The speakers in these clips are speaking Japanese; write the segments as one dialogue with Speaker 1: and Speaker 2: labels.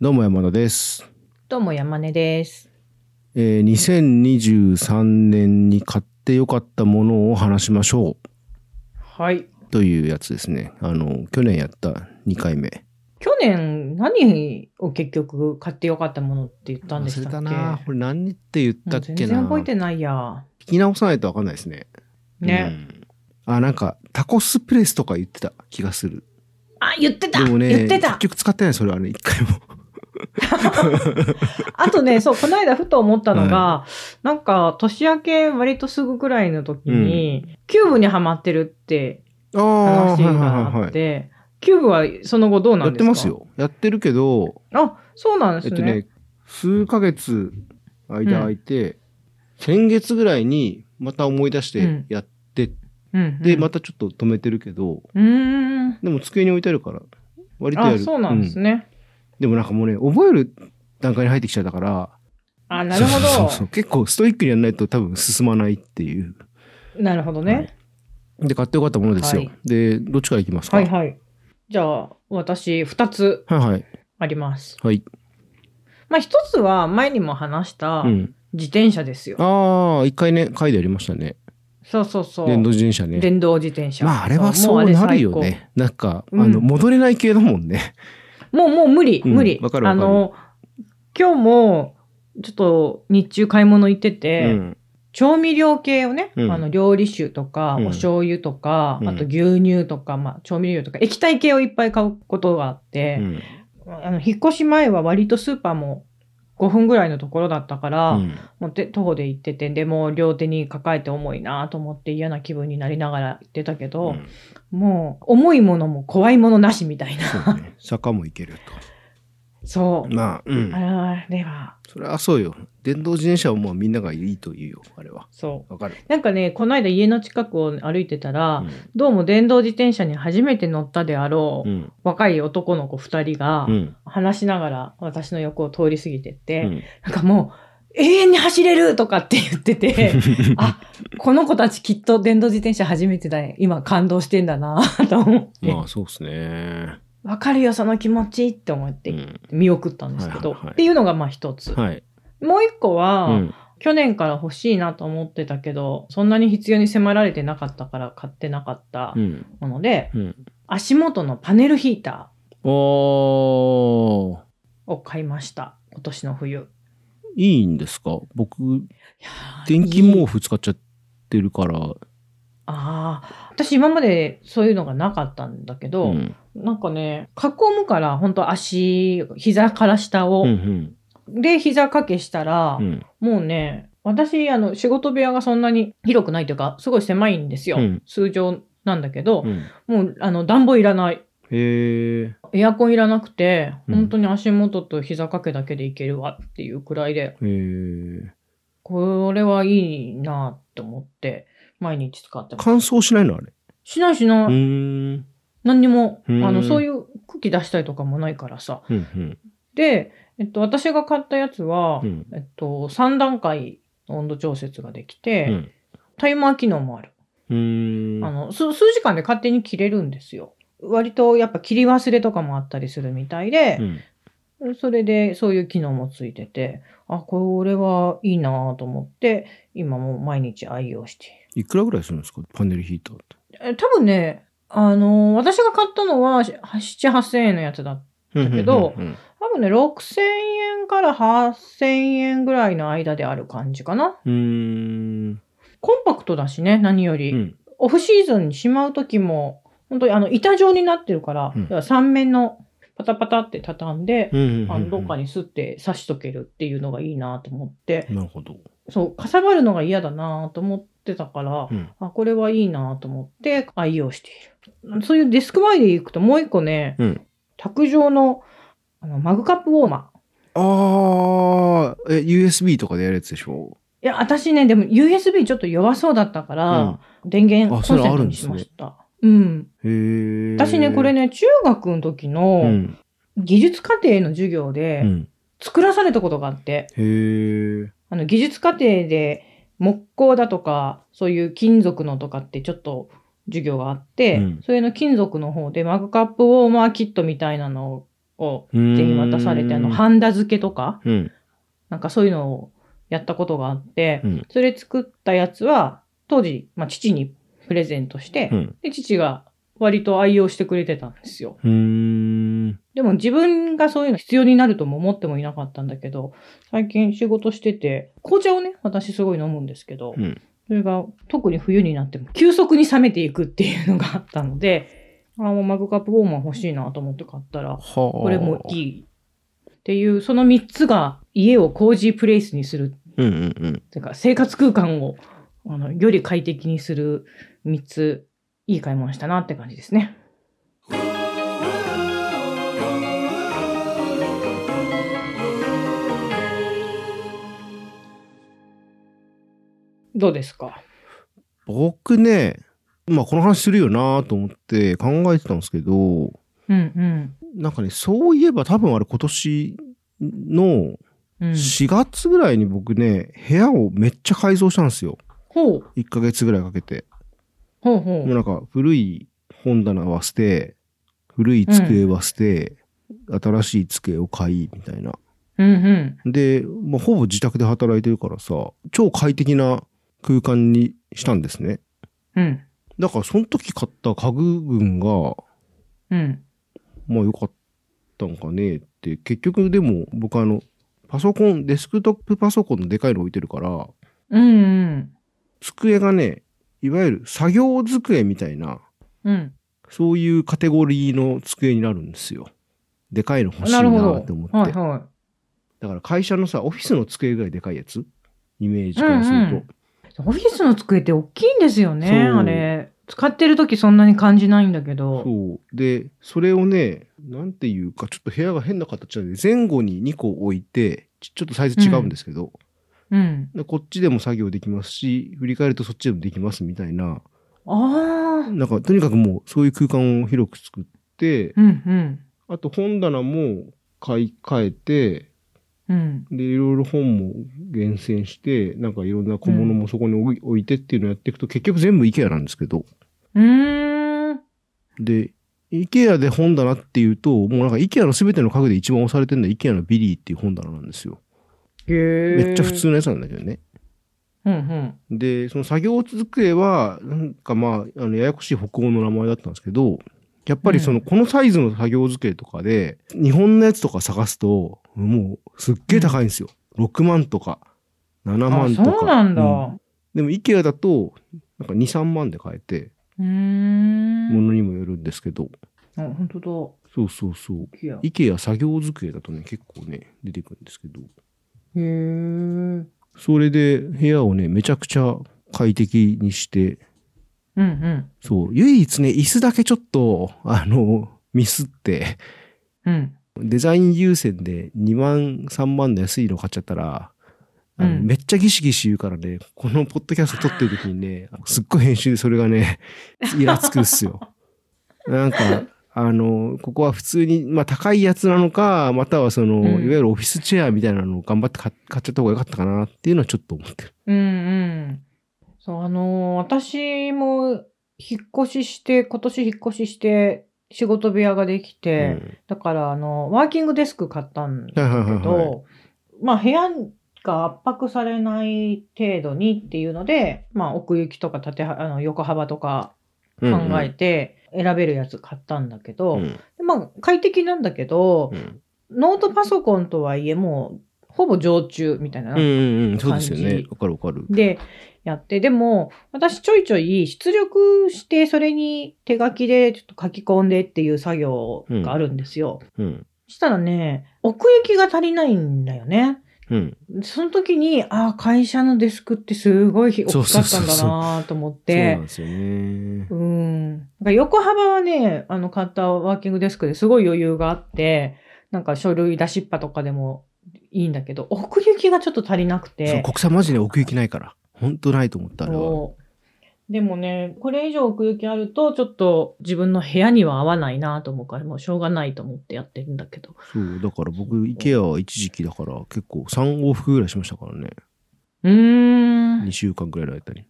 Speaker 1: どうも山田です。
Speaker 2: どうも山根です。
Speaker 1: えー、2023年に買ってよかったものを話しましょ
Speaker 2: はい。
Speaker 1: うというやつですね。あの、去年やった2回目。
Speaker 2: 去年何を結局買ってよかったものって言ったんでしたっけ
Speaker 1: 忘れたなこれ何って言ったっけ
Speaker 2: も
Speaker 1: な
Speaker 2: う全然覚えてないや。
Speaker 1: 聞き直さないとわかんないですね。
Speaker 2: ね。
Speaker 1: うん。あ、なんか、タコスプレスとか言ってた気がする。
Speaker 2: あ、言ってた、
Speaker 1: でもね、
Speaker 2: 言ってた
Speaker 1: 結局使ってない、それはね、一回も。
Speaker 2: あとね、そう、この間ふと思ったのが、
Speaker 1: は
Speaker 2: なんか年明け割とすぐくらいの時に、キューブにはまってるって
Speaker 1: あ
Speaker 2: 話
Speaker 1: ー
Speaker 2: があっ。て、キューブはその後どうな
Speaker 1: や
Speaker 2: ん
Speaker 1: って
Speaker 2: ですか
Speaker 1: ます。よ。やってるけど、
Speaker 2: あ、そうなん
Speaker 1: え
Speaker 2: で
Speaker 1: っ
Speaker 2: す
Speaker 1: と
Speaker 2: ね。
Speaker 1: ね、数ヶ月間空いて、先月ぐらいにまた思い出してやって、
Speaker 2: うんうん
Speaker 1: で、またちょっと止めてるけど、
Speaker 2: うーん。
Speaker 1: でも机に置いてあるから、割とや
Speaker 2: あ、
Speaker 1: る。
Speaker 2: そうなんです
Speaker 1: うん
Speaker 2: ね。
Speaker 1: でもなんかもうね、覚える段階に入ってきちゃったから、
Speaker 2: あ、なるほ
Speaker 1: そうそう
Speaker 2: ど
Speaker 1: そう。結構ストイックにやらないと多分進まないっていう。
Speaker 2: なるほどね。
Speaker 1: はいで、買ってよかったものですよ。
Speaker 2: はい
Speaker 1: で、どっちからいきますか
Speaker 2: はいはい。じゃあ、私、二つ
Speaker 1: はいはい。
Speaker 2: あります。
Speaker 1: はい。
Speaker 2: まあ、一つは前にも話した
Speaker 1: うん。
Speaker 2: 自転車ですよ。
Speaker 1: ああ、一回ね、回でやりましたね。
Speaker 2: そうそうそう。
Speaker 1: 電動自転車ね。
Speaker 2: 電動自転車。
Speaker 1: まああれは
Speaker 2: も
Speaker 1: そう
Speaker 2: あれ
Speaker 1: な
Speaker 2: 最
Speaker 1: るよ
Speaker 2: 高。
Speaker 1: ね。なんか、
Speaker 2: うん
Speaker 1: あの、戻れない系だもんね。
Speaker 2: もう、もう無理、
Speaker 1: うん
Speaker 2: 無理。
Speaker 1: わかるわ
Speaker 2: あ
Speaker 1: かる
Speaker 2: の、今日も、ちょっと日中買い物行って
Speaker 1: う
Speaker 2: て、
Speaker 1: ん。
Speaker 2: 調味料系をね、
Speaker 1: うん
Speaker 2: あの料理酒とか、
Speaker 1: うん
Speaker 2: お醤油とか、
Speaker 1: うん
Speaker 2: あと牛乳とか、まあ、調味料とか、液体系をいっぱい買うことがあって、
Speaker 1: うん
Speaker 2: あの引っ越し前は割とスーパーも5分ぐらいのところだったから、
Speaker 1: うん
Speaker 2: もうで徒歩で行っててでもう両手に抱えて重いなと思って嫌な気分になりながら行ってたけど、
Speaker 1: うん
Speaker 2: もう重いものも怖いものなしみたいな
Speaker 1: そうね。坂も行ける
Speaker 2: そ
Speaker 1: と。
Speaker 2: う、
Speaker 1: まあ、うん。
Speaker 2: あれは
Speaker 1: それはそうよ。電動自転車はもうみんながいいと言うよ、あれは。
Speaker 2: そう
Speaker 1: わかる。
Speaker 2: なんかねこの間家の近くを歩いてたら、
Speaker 1: うん
Speaker 2: どうも電動自転車に初めて乗ったであろう、
Speaker 1: うん。
Speaker 2: 若い男の子2人が
Speaker 1: うん。
Speaker 2: 話しながら私の横を通り過ぎてって、
Speaker 1: うん
Speaker 2: なんかもう永遠に走れるとかって言ってて。あ、この子たちきっと電動自転車初めてだよ。今感動してんだなと思って。
Speaker 1: まあ、そうですね。
Speaker 2: わかるよ、その気持ちって思って
Speaker 1: うん
Speaker 2: 見送ったんですけど。
Speaker 1: はいはいはい
Speaker 2: っていうのがまあ一つ。
Speaker 1: はい。
Speaker 2: もう一個は、
Speaker 1: うん
Speaker 2: 去年から欲しいなと思ってたけど、そんなに必要に迫られてなかったから買ってなかった
Speaker 1: うん。
Speaker 2: もので、
Speaker 1: うん。
Speaker 2: 足元のパネルヒータ
Speaker 1: おー
Speaker 2: ーを買いました。今年の冬。
Speaker 1: いいんですか僕、
Speaker 2: いやー
Speaker 1: 電気
Speaker 2: いい
Speaker 1: 毛布使っちゃってるから。
Speaker 2: ああ、私今までそういうのがなかったんだけど、
Speaker 1: ん。
Speaker 2: なんかね、囲むから、本当足、膝から下を。
Speaker 1: うん。
Speaker 2: で、膝掛けしたら、
Speaker 1: うん。
Speaker 2: もうね、私、あの、仕事部屋がそんなに広くないというか、すごい狭いんですよ。
Speaker 1: うん
Speaker 2: 通常なんだけど
Speaker 1: う、ん。
Speaker 2: もう、あの、暖房いらない。
Speaker 1: へえ。
Speaker 2: エアコンいらなくて、
Speaker 1: うん
Speaker 2: 本当に足元と膝掛けだけでいけるわっていうくらいで、
Speaker 1: へえ。
Speaker 2: これはいいなと思って、毎日使ってます。
Speaker 1: 乾燥しないのあれ。
Speaker 2: しないしな
Speaker 1: う
Speaker 2: い。
Speaker 1: ーん。
Speaker 2: 何にも、
Speaker 1: う
Speaker 2: あ
Speaker 1: ん
Speaker 2: の、そういう空気出したりとかもないからさ。
Speaker 1: うんうん
Speaker 2: で、えっと、私が買ったやつは、
Speaker 1: うん
Speaker 2: えっと、3段階の温度調節ができて、
Speaker 1: うん
Speaker 2: タイマー機能もある。
Speaker 1: うーん
Speaker 2: あの数、数時間で勝手に切れるんですよ。割とやっぱ切り忘れとかもあったりするみたいで、
Speaker 1: うん
Speaker 2: それでそういう機能もついてて、あ、これはいいなぁと思って、今もう毎日愛用している
Speaker 1: いくらぐらいするんですかパネルヒーターって。
Speaker 2: え。多分ね、あの私が買ったのは7、8000円のやつだっだけど
Speaker 1: うんうんうん
Speaker 2: 多分ね、6000円から8000円ぐらいの間である感じかな。
Speaker 1: うーん。
Speaker 2: コンパクトだしね、何より。
Speaker 1: うん
Speaker 2: オフシーズンにしまうときも、本当にあの、板状になってるから、
Speaker 1: うん
Speaker 2: 3面のパタパタって畳んで、
Speaker 1: うんうんうん
Speaker 2: あのどっか
Speaker 1: に。
Speaker 2: にすって刺しとけるっていうのがいいなと思って、
Speaker 1: なるほど。
Speaker 2: そう、かさばるのが嫌だなと思ってたから、
Speaker 1: うん
Speaker 2: あ、これはいいなと思って愛用している。そういうデスク前で行くともう一個ね、
Speaker 1: うん
Speaker 2: 卓上のあのマグカップウォーマー。
Speaker 1: ああ、え、USB とかでやるやつでしょ
Speaker 2: いや、私ね、でも USB ちょっと弱そうだったから、電
Speaker 1: あ
Speaker 2: 源コ
Speaker 1: そ
Speaker 2: ン
Speaker 1: れ
Speaker 2: セ
Speaker 1: あ
Speaker 2: ント
Speaker 1: るん
Speaker 2: に
Speaker 1: です
Speaker 2: し
Speaker 1: ね
Speaker 2: ました。うん。
Speaker 1: へえ。
Speaker 2: 私ね、これ
Speaker 1: ね。
Speaker 2: ね、中学の時
Speaker 1: う
Speaker 2: の
Speaker 1: ん。
Speaker 2: 技術課程の授業
Speaker 1: う
Speaker 2: で
Speaker 1: ん
Speaker 2: 作らされたことがあって、
Speaker 1: へえ。
Speaker 2: あの、技術課程で木工だとか、そういう金属のとかってちょっと授業があって、
Speaker 1: うん
Speaker 2: それの金属の方でマグカップウォーマーキットみたいなのを
Speaker 1: うん
Speaker 2: 手に渡されて、あの、ハンダ付けとか、
Speaker 1: うん。
Speaker 2: なんかそういうのをやったことがあって、
Speaker 1: うん
Speaker 2: それ作ったやつは、当時、まあ、父にプレゼントして、
Speaker 1: うん。
Speaker 2: で、父が割と愛用してくれてたんですよ。
Speaker 1: うーん。
Speaker 2: でも自分がそういうの必要になるとも思ってもいなかったんだけど、最近仕事してて、紅茶をね、私すごい飲むんですけど、
Speaker 1: うん
Speaker 2: それが特に冬になっても急速に冷めていくっていうのがあったので、あもうマグカップフォーマー欲しいなと思って買ったら、
Speaker 1: はあ。
Speaker 2: これもいい。っていう、その3つが家をコージープレイスにする
Speaker 1: うんうんうん。
Speaker 2: てか生活空間をあのより快適にする3ついい買い物したなって感じですね。どうですか
Speaker 1: 僕ね、まあこの話するよなと思って考えてたんですけど、
Speaker 2: うん
Speaker 1: なんかね、そういえば多分あれ今年の
Speaker 2: うん。うん、
Speaker 1: 4月ぐらいに僕ね、部屋をめっちゃ改造したんですよ。
Speaker 2: ほう
Speaker 1: 1ヶ月ぐらいかけて。
Speaker 2: ほうほ
Speaker 1: もうなんか古い本棚は捨て、古い机は捨て、新しい机を買い、みたいな。
Speaker 2: う。うんうん。
Speaker 1: で、まあ、ほぼ自宅で働いてるからさ、超快適な空間にしたんですね。
Speaker 2: うん
Speaker 1: だからその時買った家具群が、
Speaker 2: うん。
Speaker 1: まあ良かったんかねって、結局でも僕あの、パソコン、デスクトップパソコンのでかいの置いてるから、
Speaker 2: うんうん。
Speaker 1: 机がね、いわゆる作業机みたいな、
Speaker 2: うん。
Speaker 1: そういうカテゴリーの机になるんですよ。でかいの欲しい
Speaker 2: な
Speaker 1: な
Speaker 2: るほ
Speaker 1: ーって
Speaker 2: ど
Speaker 1: 思って。。
Speaker 2: はいは
Speaker 1: だから会社のさ、オフィスの机ぐらいでかいやつイメージからすると。
Speaker 2: うんうんい。オフィスの机って大きいんですよね、
Speaker 1: そう
Speaker 2: あれ。使ってる時そんなに感じないんだけど。
Speaker 1: そう。で、それをね、なんていうか、ちょっと部屋が変な形なんで、前後に2個置いて、ちちょっとサイズ違うんですけど、
Speaker 2: うん。
Speaker 1: でこっちでも作業できますし、振り返るとそっちでもできますみたいな、
Speaker 2: ああ。
Speaker 1: なんかとにかくもうそういう空間を広く作って、
Speaker 2: うんうん。
Speaker 1: あと本棚も買い替えて、
Speaker 2: うん。
Speaker 1: で、いろいろ本も厳選して、なんかいろんな小物もそこに置い,、置いてっていうのをやっていくと、結局全部 IKEA なんですけど、
Speaker 2: うーん。
Speaker 1: で、IKEA で本棚っていうと、もうなんか IKEA の全ての家具で一番押されてるのは IKEA のビリーっていう本棚なんですよ。
Speaker 2: へえ。
Speaker 1: めっちゃ普通。のやつなんだけどね。
Speaker 2: うんうん。
Speaker 1: で、その作業机は、なんかまあ、あのややこしい北欧の名前だったんですけど、やっぱりその、このサイズの作業机とかで、日本のやつとか探すと、もうすっげえ高いんですよ。6万とか、7
Speaker 2: あ、
Speaker 1: 万とか。
Speaker 2: そうなんだ。
Speaker 1: う
Speaker 2: う
Speaker 1: でも IKEA だと、なんか2、3万で買えて、
Speaker 2: ーん。
Speaker 1: ものにもよるんですけど、
Speaker 2: あ、本当
Speaker 1: そうそうそう。
Speaker 2: だ。いやへ
Speaker 1: IKEA 作業机だとね、結構ね、出てくるんですけど、
Speaker 2: え。
Speaker 1: それで部屋をね、めちゃくちゃ快適にして、
Speaker 2: うんうん。
Speaker 1: そう、唯一ね、椅子だけちょっと、あの、ミスって、
Speaker 2: うん。
Speaker 1: デザイン優先で2万、3万の安いの買っちゃったら、あの
Speaker 2: うん
Speaker 1: めっちゃギシギシ言うからね、このポッドキャスト撮ってる時にね、すっごい編集でそれがね、イラつくっすよ。なんか、あの、ここは普通に、まあ高いやつなのか、またはその、
Speaker 2: ん
Speaker 1: いわゆるオフィスチェアみたいなのを頑張って買買っちゃった方が良かったかなっていうのはちょっと思ってる。
Speaker 2: うんうん。そう、あのー私も引っ越しして、今年引っ越しして、仕事部屋ができて、だから、あの、ワーキングデスク買ったん
Speaker 1: うん、はいはい
Speaker 2: け
Speaker 1: はいはい。
Speaker 2: ど、まあ部屋が圧迫されない程度にっていうので、まあ奥行きとか縦はあの横幅とか
Speaker 1: う
Speaker 2: 考
Speaker 1: んうん
Speaker 2: えて選べるやつ買ったんだけ
Speaker 1: う
Speaker 2: ど、
Speaker 1: ん
Speaker 2: でまあ快適なんだけど
Speaker 1: う、ん
Speaker 2: ノートパソコンとはいえもうほぼ常駐みたいな。
Speaker 1: うんうんうん、そうですよ
Speaker 2: 感
Speaker 1: ね
Speaker 2: じ。
Speaker 1: わかるわかる。
Speaker 2: で、やって、でも、私ちょいちょい出力して、それに手書きでちょっと書き込んでっていう作業があるんですよ。
Speaker 1: うん。
Speaker 2: したらね、奥行きが足りないんだよね。
Speaker 1: うん。
Speaker 2: その時に、ああ、会社のデスクってすごい大
Speaker 1: そう
Speaker 2: き
Speaker 1: そ
Speaker 2: か
Speaker 1: う
Speaker 2: った
Speaker 1: そ
Speaker 2: ん
Speaker 1: うそう
Speaker 2: だなーと思っ
Speaker 1: そうな
Speaker 2: て
Speaker 1: ん。ですよね
Speaker 2: う。ん。なんか横幅はね、あの、買ったワーキングデスクですごい余裕があって、なんか書類出しっぱとかでもいいんだけど、奥行きがちょっと足りなく
Speaker 1: そう、
Speaker 2: て。
Speaker 1: 国産マジで奥行きないから。本当ないと思った、あれは。
Speaker 2: そうでもね、これ以上奥行きあると、ちょっと自分の部屋には合わないなと思うから、もうしょうがないと思ってやってるんだけど。
Speaker 1: そう、だから僕、IKEA は一時期だから結構3往復ぐらいしましたからね。
Speaker 2: うーん。
Speaker 1: 2週間ぐらいの間に。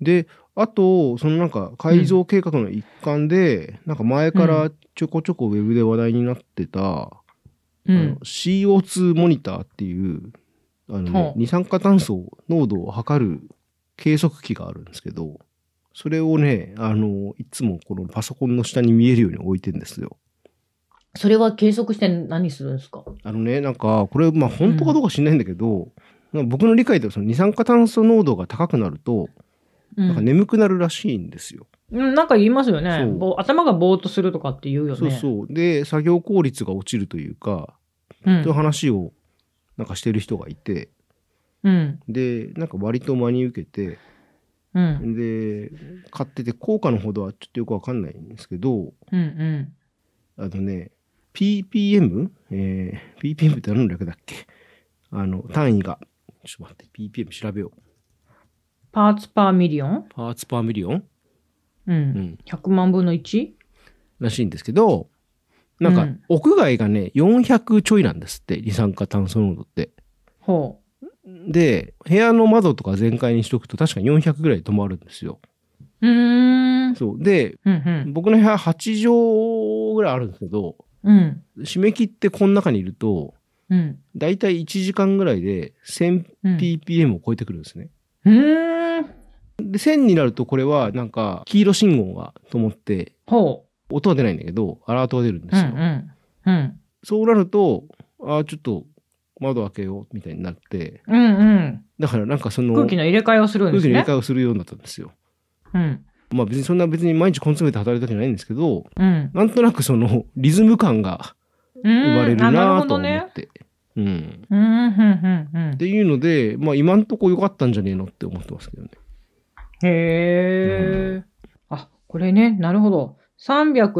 Speaker 1: で、あと、そのなんか改造計画の一環で、なんか前からちょこちょこウェブで話題になってた、
Speaker 2: う
Speaker 1: あの
Speaker 2: ん。
Speaker 1: CO2 モニターっていう、あのね
Speaker 2: ほう
Speaker 1: 二酸化炭素濃度を測る計測器があるんですけど、それをね、あの、いつもこのパソコンの下に見えるように置いてんですよ。
Speaker 2: それは計測して何するんですか
Speaker 1: あのね、なんか、これ、まあ、本当かどうか知んないんだけど、なんか僕の理解ではその二酸化炭素濃度が高くなると、
Speaker 2: う
Speaker 1: なんか
Speaker 2: ん。
Speaker 1: 眠くなるらしいんですよ。
Speaker 2: うんなんか言いますよね。
Speaker 1: そう
Speaker 2: ぼ頭がぼーっとするとかって言うよね。
Speaker 1: そうそう。で、作業効率が落ちるというか、
Speaker 2: う。
Speaker 1: というん話を、なんかしてる人がいて、
Speaker 2: うん。
Speaker 1: で、なんか割と真に受けて、
Speaker 2: うん。
Speaker 1: で買ってて効果のほどはちょっとよくわかんないんですけど
Speaker 2: うん。うん。
Speaker 1: あのね PPM、えー PPM って何の略だっけあの単位がちょっと待って PPM 調べよう
Speaker 2: パーツパーミリオン
Speaker 1: パーツパーミリオン、
Speaker 2: う。
Speaker 1: うんん、
Speaker 2: 100万分の 1?
Speaker 1: らしいんですけどなん
Speaker 2: う
Speaker 1: か
Speaker 2: ん
Speaker 1: 屋外がね400ちょいなんですって二酸化炭素濃度って。
Speaker 2: ほ
Speaker 1: で部屋の窓とか全開にしとくと確か400ぐらいで止まるんですよ。
Speaker 2: う。うーん。
Speaker 1: そうで
Speaker 2: うん。うん。
Speaker 1: 僕の部屋8畳ぐらいあるんですけど
Speaker 2: うん。
Speaker 1: 締め切ってこの中にいると
Speaker 2: うん。
Speaker 1: 大体1時間ぐらいで 1000ppm を超えてくるんですね。
Speaker 2: うーん。
Speaker 1: で、1000になるとこれはなんか黄色信号がと思って、
Speaker 2: ほ
Speaker 1: 音は出ないんだけど、アラートが出るんで
Speaker 2: う。う
Speaker 1: す
Speaker 2: ん。う
Speaker 1: よ。
Speaker 2: ん。うん。
Speaker 1: そうなると、ああ、ちょっと窓開けようみたいになって、
Speaker 2: うん。うん。
Speaker 1: だからなんかその
Speaker 2: 空気の入れ替えをするんで
Speaker 1: 空
Speaker 2: す
Speaker 1: 気の入れ
Speaker 2: ね
Speaker 1: 替。えをするようになったんですよ。
Speaker 2: うん。
Speaker 1: まあ別にそんな別に毎日コンソメで働いたわけじゃないんですけど、
Speaker 2: うん。
Speaker 1: なんとなくそのリズム感が
Speaker 2: 生
Speaker 1: 生まれるなと
Speaker 2: う
Speaker 1: 思
Speaker 2: ん
Speaker 1: って。うん。
Speaker 2: あなるほどね、うん、うん、うん
Speaker 1: っていうので、まあ今んとこ良かったんじゃねえのって思ってますけどね。
Speaker 2: うん。へえ。あ、これね、なるほど。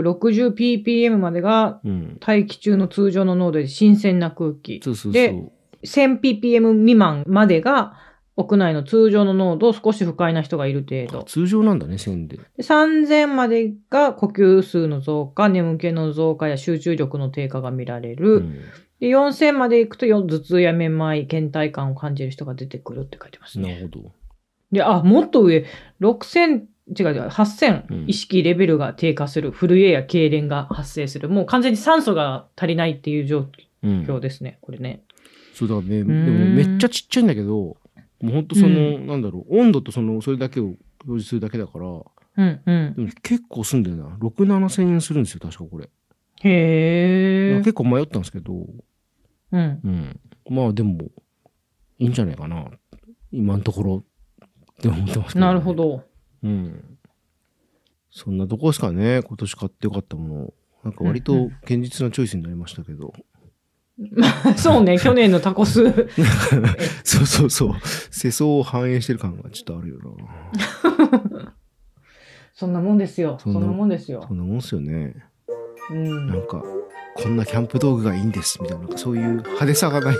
Speaker 2: 360ppm までが
Speaker 1: うん。
Speaker 2: 大気中の通常の濃度で新鮮な空気。
Speaker 1: そうそうそう。
Speaker 2: で 1000ppm 未満までが屋内の通常の濃度を少し不快な人がいる程度。
Speaker 1: 通常なんだね、線で。
Speaker 2: で3000までが呼吸数の増加、眠気の増加や集中力の低下が見られる。
Speaker 1: うん
Speaker 2: で4000まで行くとよ頭痛やめまい、倦怠感を感じる人が出てくるって書いてますね。
Speaker 1: なるほど。
Speaker 2: で、あ、もっと上、6000、違う違う、8000、
Speaker 1: うん
Speaker 2: 意識レベルが低下する、震えや痙攣が発生する、もう完全に酸素が足りないっていう状
Speaker 1: うん、
Speaker 2: 況ですね、これね。
Speaker 1: そうだからね、でも
Speaker 2: ん
Speaker 1: ねめっちゃちっちゃいんだけど、もうほんとその、
Speaker 2: う
Speaker 1: なんだろう、温度とその、それだけを表示するだけだから、でも
Speaker 2: うんうん。
Speaker 1: 結構すんだよな。6、7千円するんですよ、確かこれ。
Speaker 2: へえ。
Speaker 1: 結構迷ったんですけど、
Speaker 2: うん。
Speaker 1: うん。まあでも、いいんじゃないかな。今のところ、って思ってますけね
Speaker 2: なるほ。ど。
Speaker 1: うん。そんなとこですかね、今年買ってよかったもの。なんか割と堅実なチョイスになりましたけど。
Speaker 2: そうね、去年のタコス。
Speaker 1: そうそうそう。世相を反映してる感がちょっとあるよな。
Speaker 2: そんなもんですよ。
Speaker 1: そ
Speaker 2: そ
Speaker 1: ん
Speaker 2: ん
Speaker 1: な
Speaker 2: なもんですよ
Speaker 1: そ。んなもんっすよね。
Speaker 2: う。
Speaker 1: なんんか、こんなキャンプ道具がいいんですみたいな、なんかそういう派手さがない。